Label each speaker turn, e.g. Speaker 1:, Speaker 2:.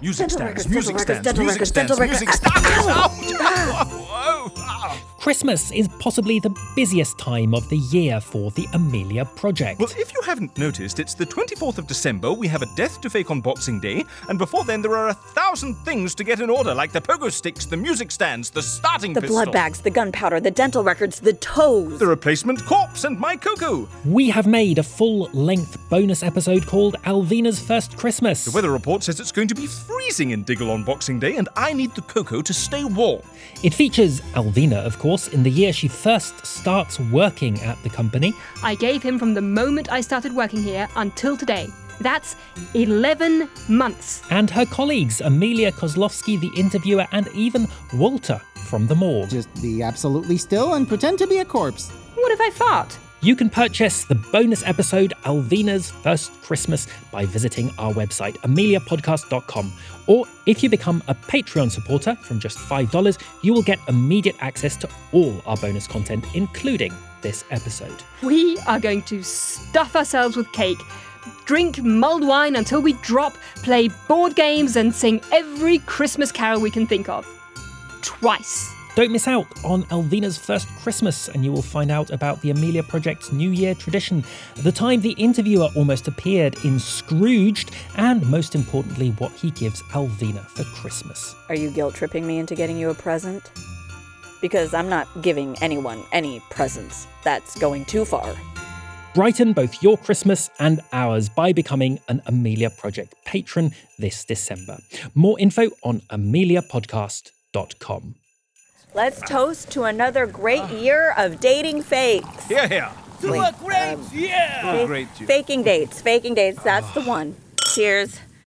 Speaker 1: Music
Speaker 2: Dental
Speaker 1: stands,
Speaker 2: records,
Speaker 1: music
Speaker 2: dental records,
Speaker 1: stands,
Speaker 2: dental
Speaker 1: music
Speaker 2: records,
Speaker 1: stands,
Speaker 2: dental Ah.
Speaker 1: music
Speaker 2: records.
Speaker 1: stands.
Speaker 2: Ow!
Speaker 1: Ow! Whoa! Ow!
Speaker 3: Christmas is possibly the busiest time of the year for the Amelia Project.
Speaker 1: Well, if you haven't noticed, it's the 24th of December. We have a death to fake on Boxing Day, and before then, there are a thousand things to get in order, like the pogo sticks, the music stands, the starting
Speaker 2: The
Speaker 1: pistol,
Speaker 2: blood bags, the gunpowder, the dental records, the toes.
Speaker 1: the replacement corpse, and my cocoa.
Speaker 3: We have made a full length bonus episode called Alvina's First Christmas.
Speaker 1: The weather report says it's going to be freezing in Diggle on Boxing Day, and I need the cocoa to stay warm.
Speaker 3: It features Alvina, of course, in the year she first starts working at the company.
Speaker 4: I gave him from the moment I started working here until today. That's 11 months.
Speaker 3: and her colleagues Amelia Kozlovsky, the interviewer, and even Walter from the morgue.
Speaker 5: Just be absolutely still and pretend to be a corpse.
Speaker 4: What if I fart?
Speaker 3: You can purchase the bonus episode Alvina's First Christmas by visiting our website ameliapodcast.com or if you become a Patreon supporter from just $5, you will get immediate access to all our bonus content including this episode.
Speaker 4: We are going to stuff ourselves with cake, drink mulled wine until we drop, play board games, and sing every Christmas carol we can think of. Twice.
Speaker 3: Don't miss out on Alvina's first Christmas, and you will find out about the Amelia Project's New Year tradition, the time the interviewer almost appeared in Scrooged, and most importantly, what he gives Alvina for Christmas.
Speaker 2: Are you guilt tripping me into getting you a present? Because I'm not giving anyone any presents. That's going too far.
Speaker 3: Brighten both your Christmas and ours by becoming an Amelia Project patron this December. More info on ameliapodcast.com.
Speaker 2: Let's toast to another
Speaker 1: Ah.
Speaker 2: great year of dating fakes.
Speaker 1: Here, here.
Speaker 2: Wait, um,
Speaker 1: Oh, great, Jim.
Speaker 2: faking dates, faking dates. That's the one. Cheers.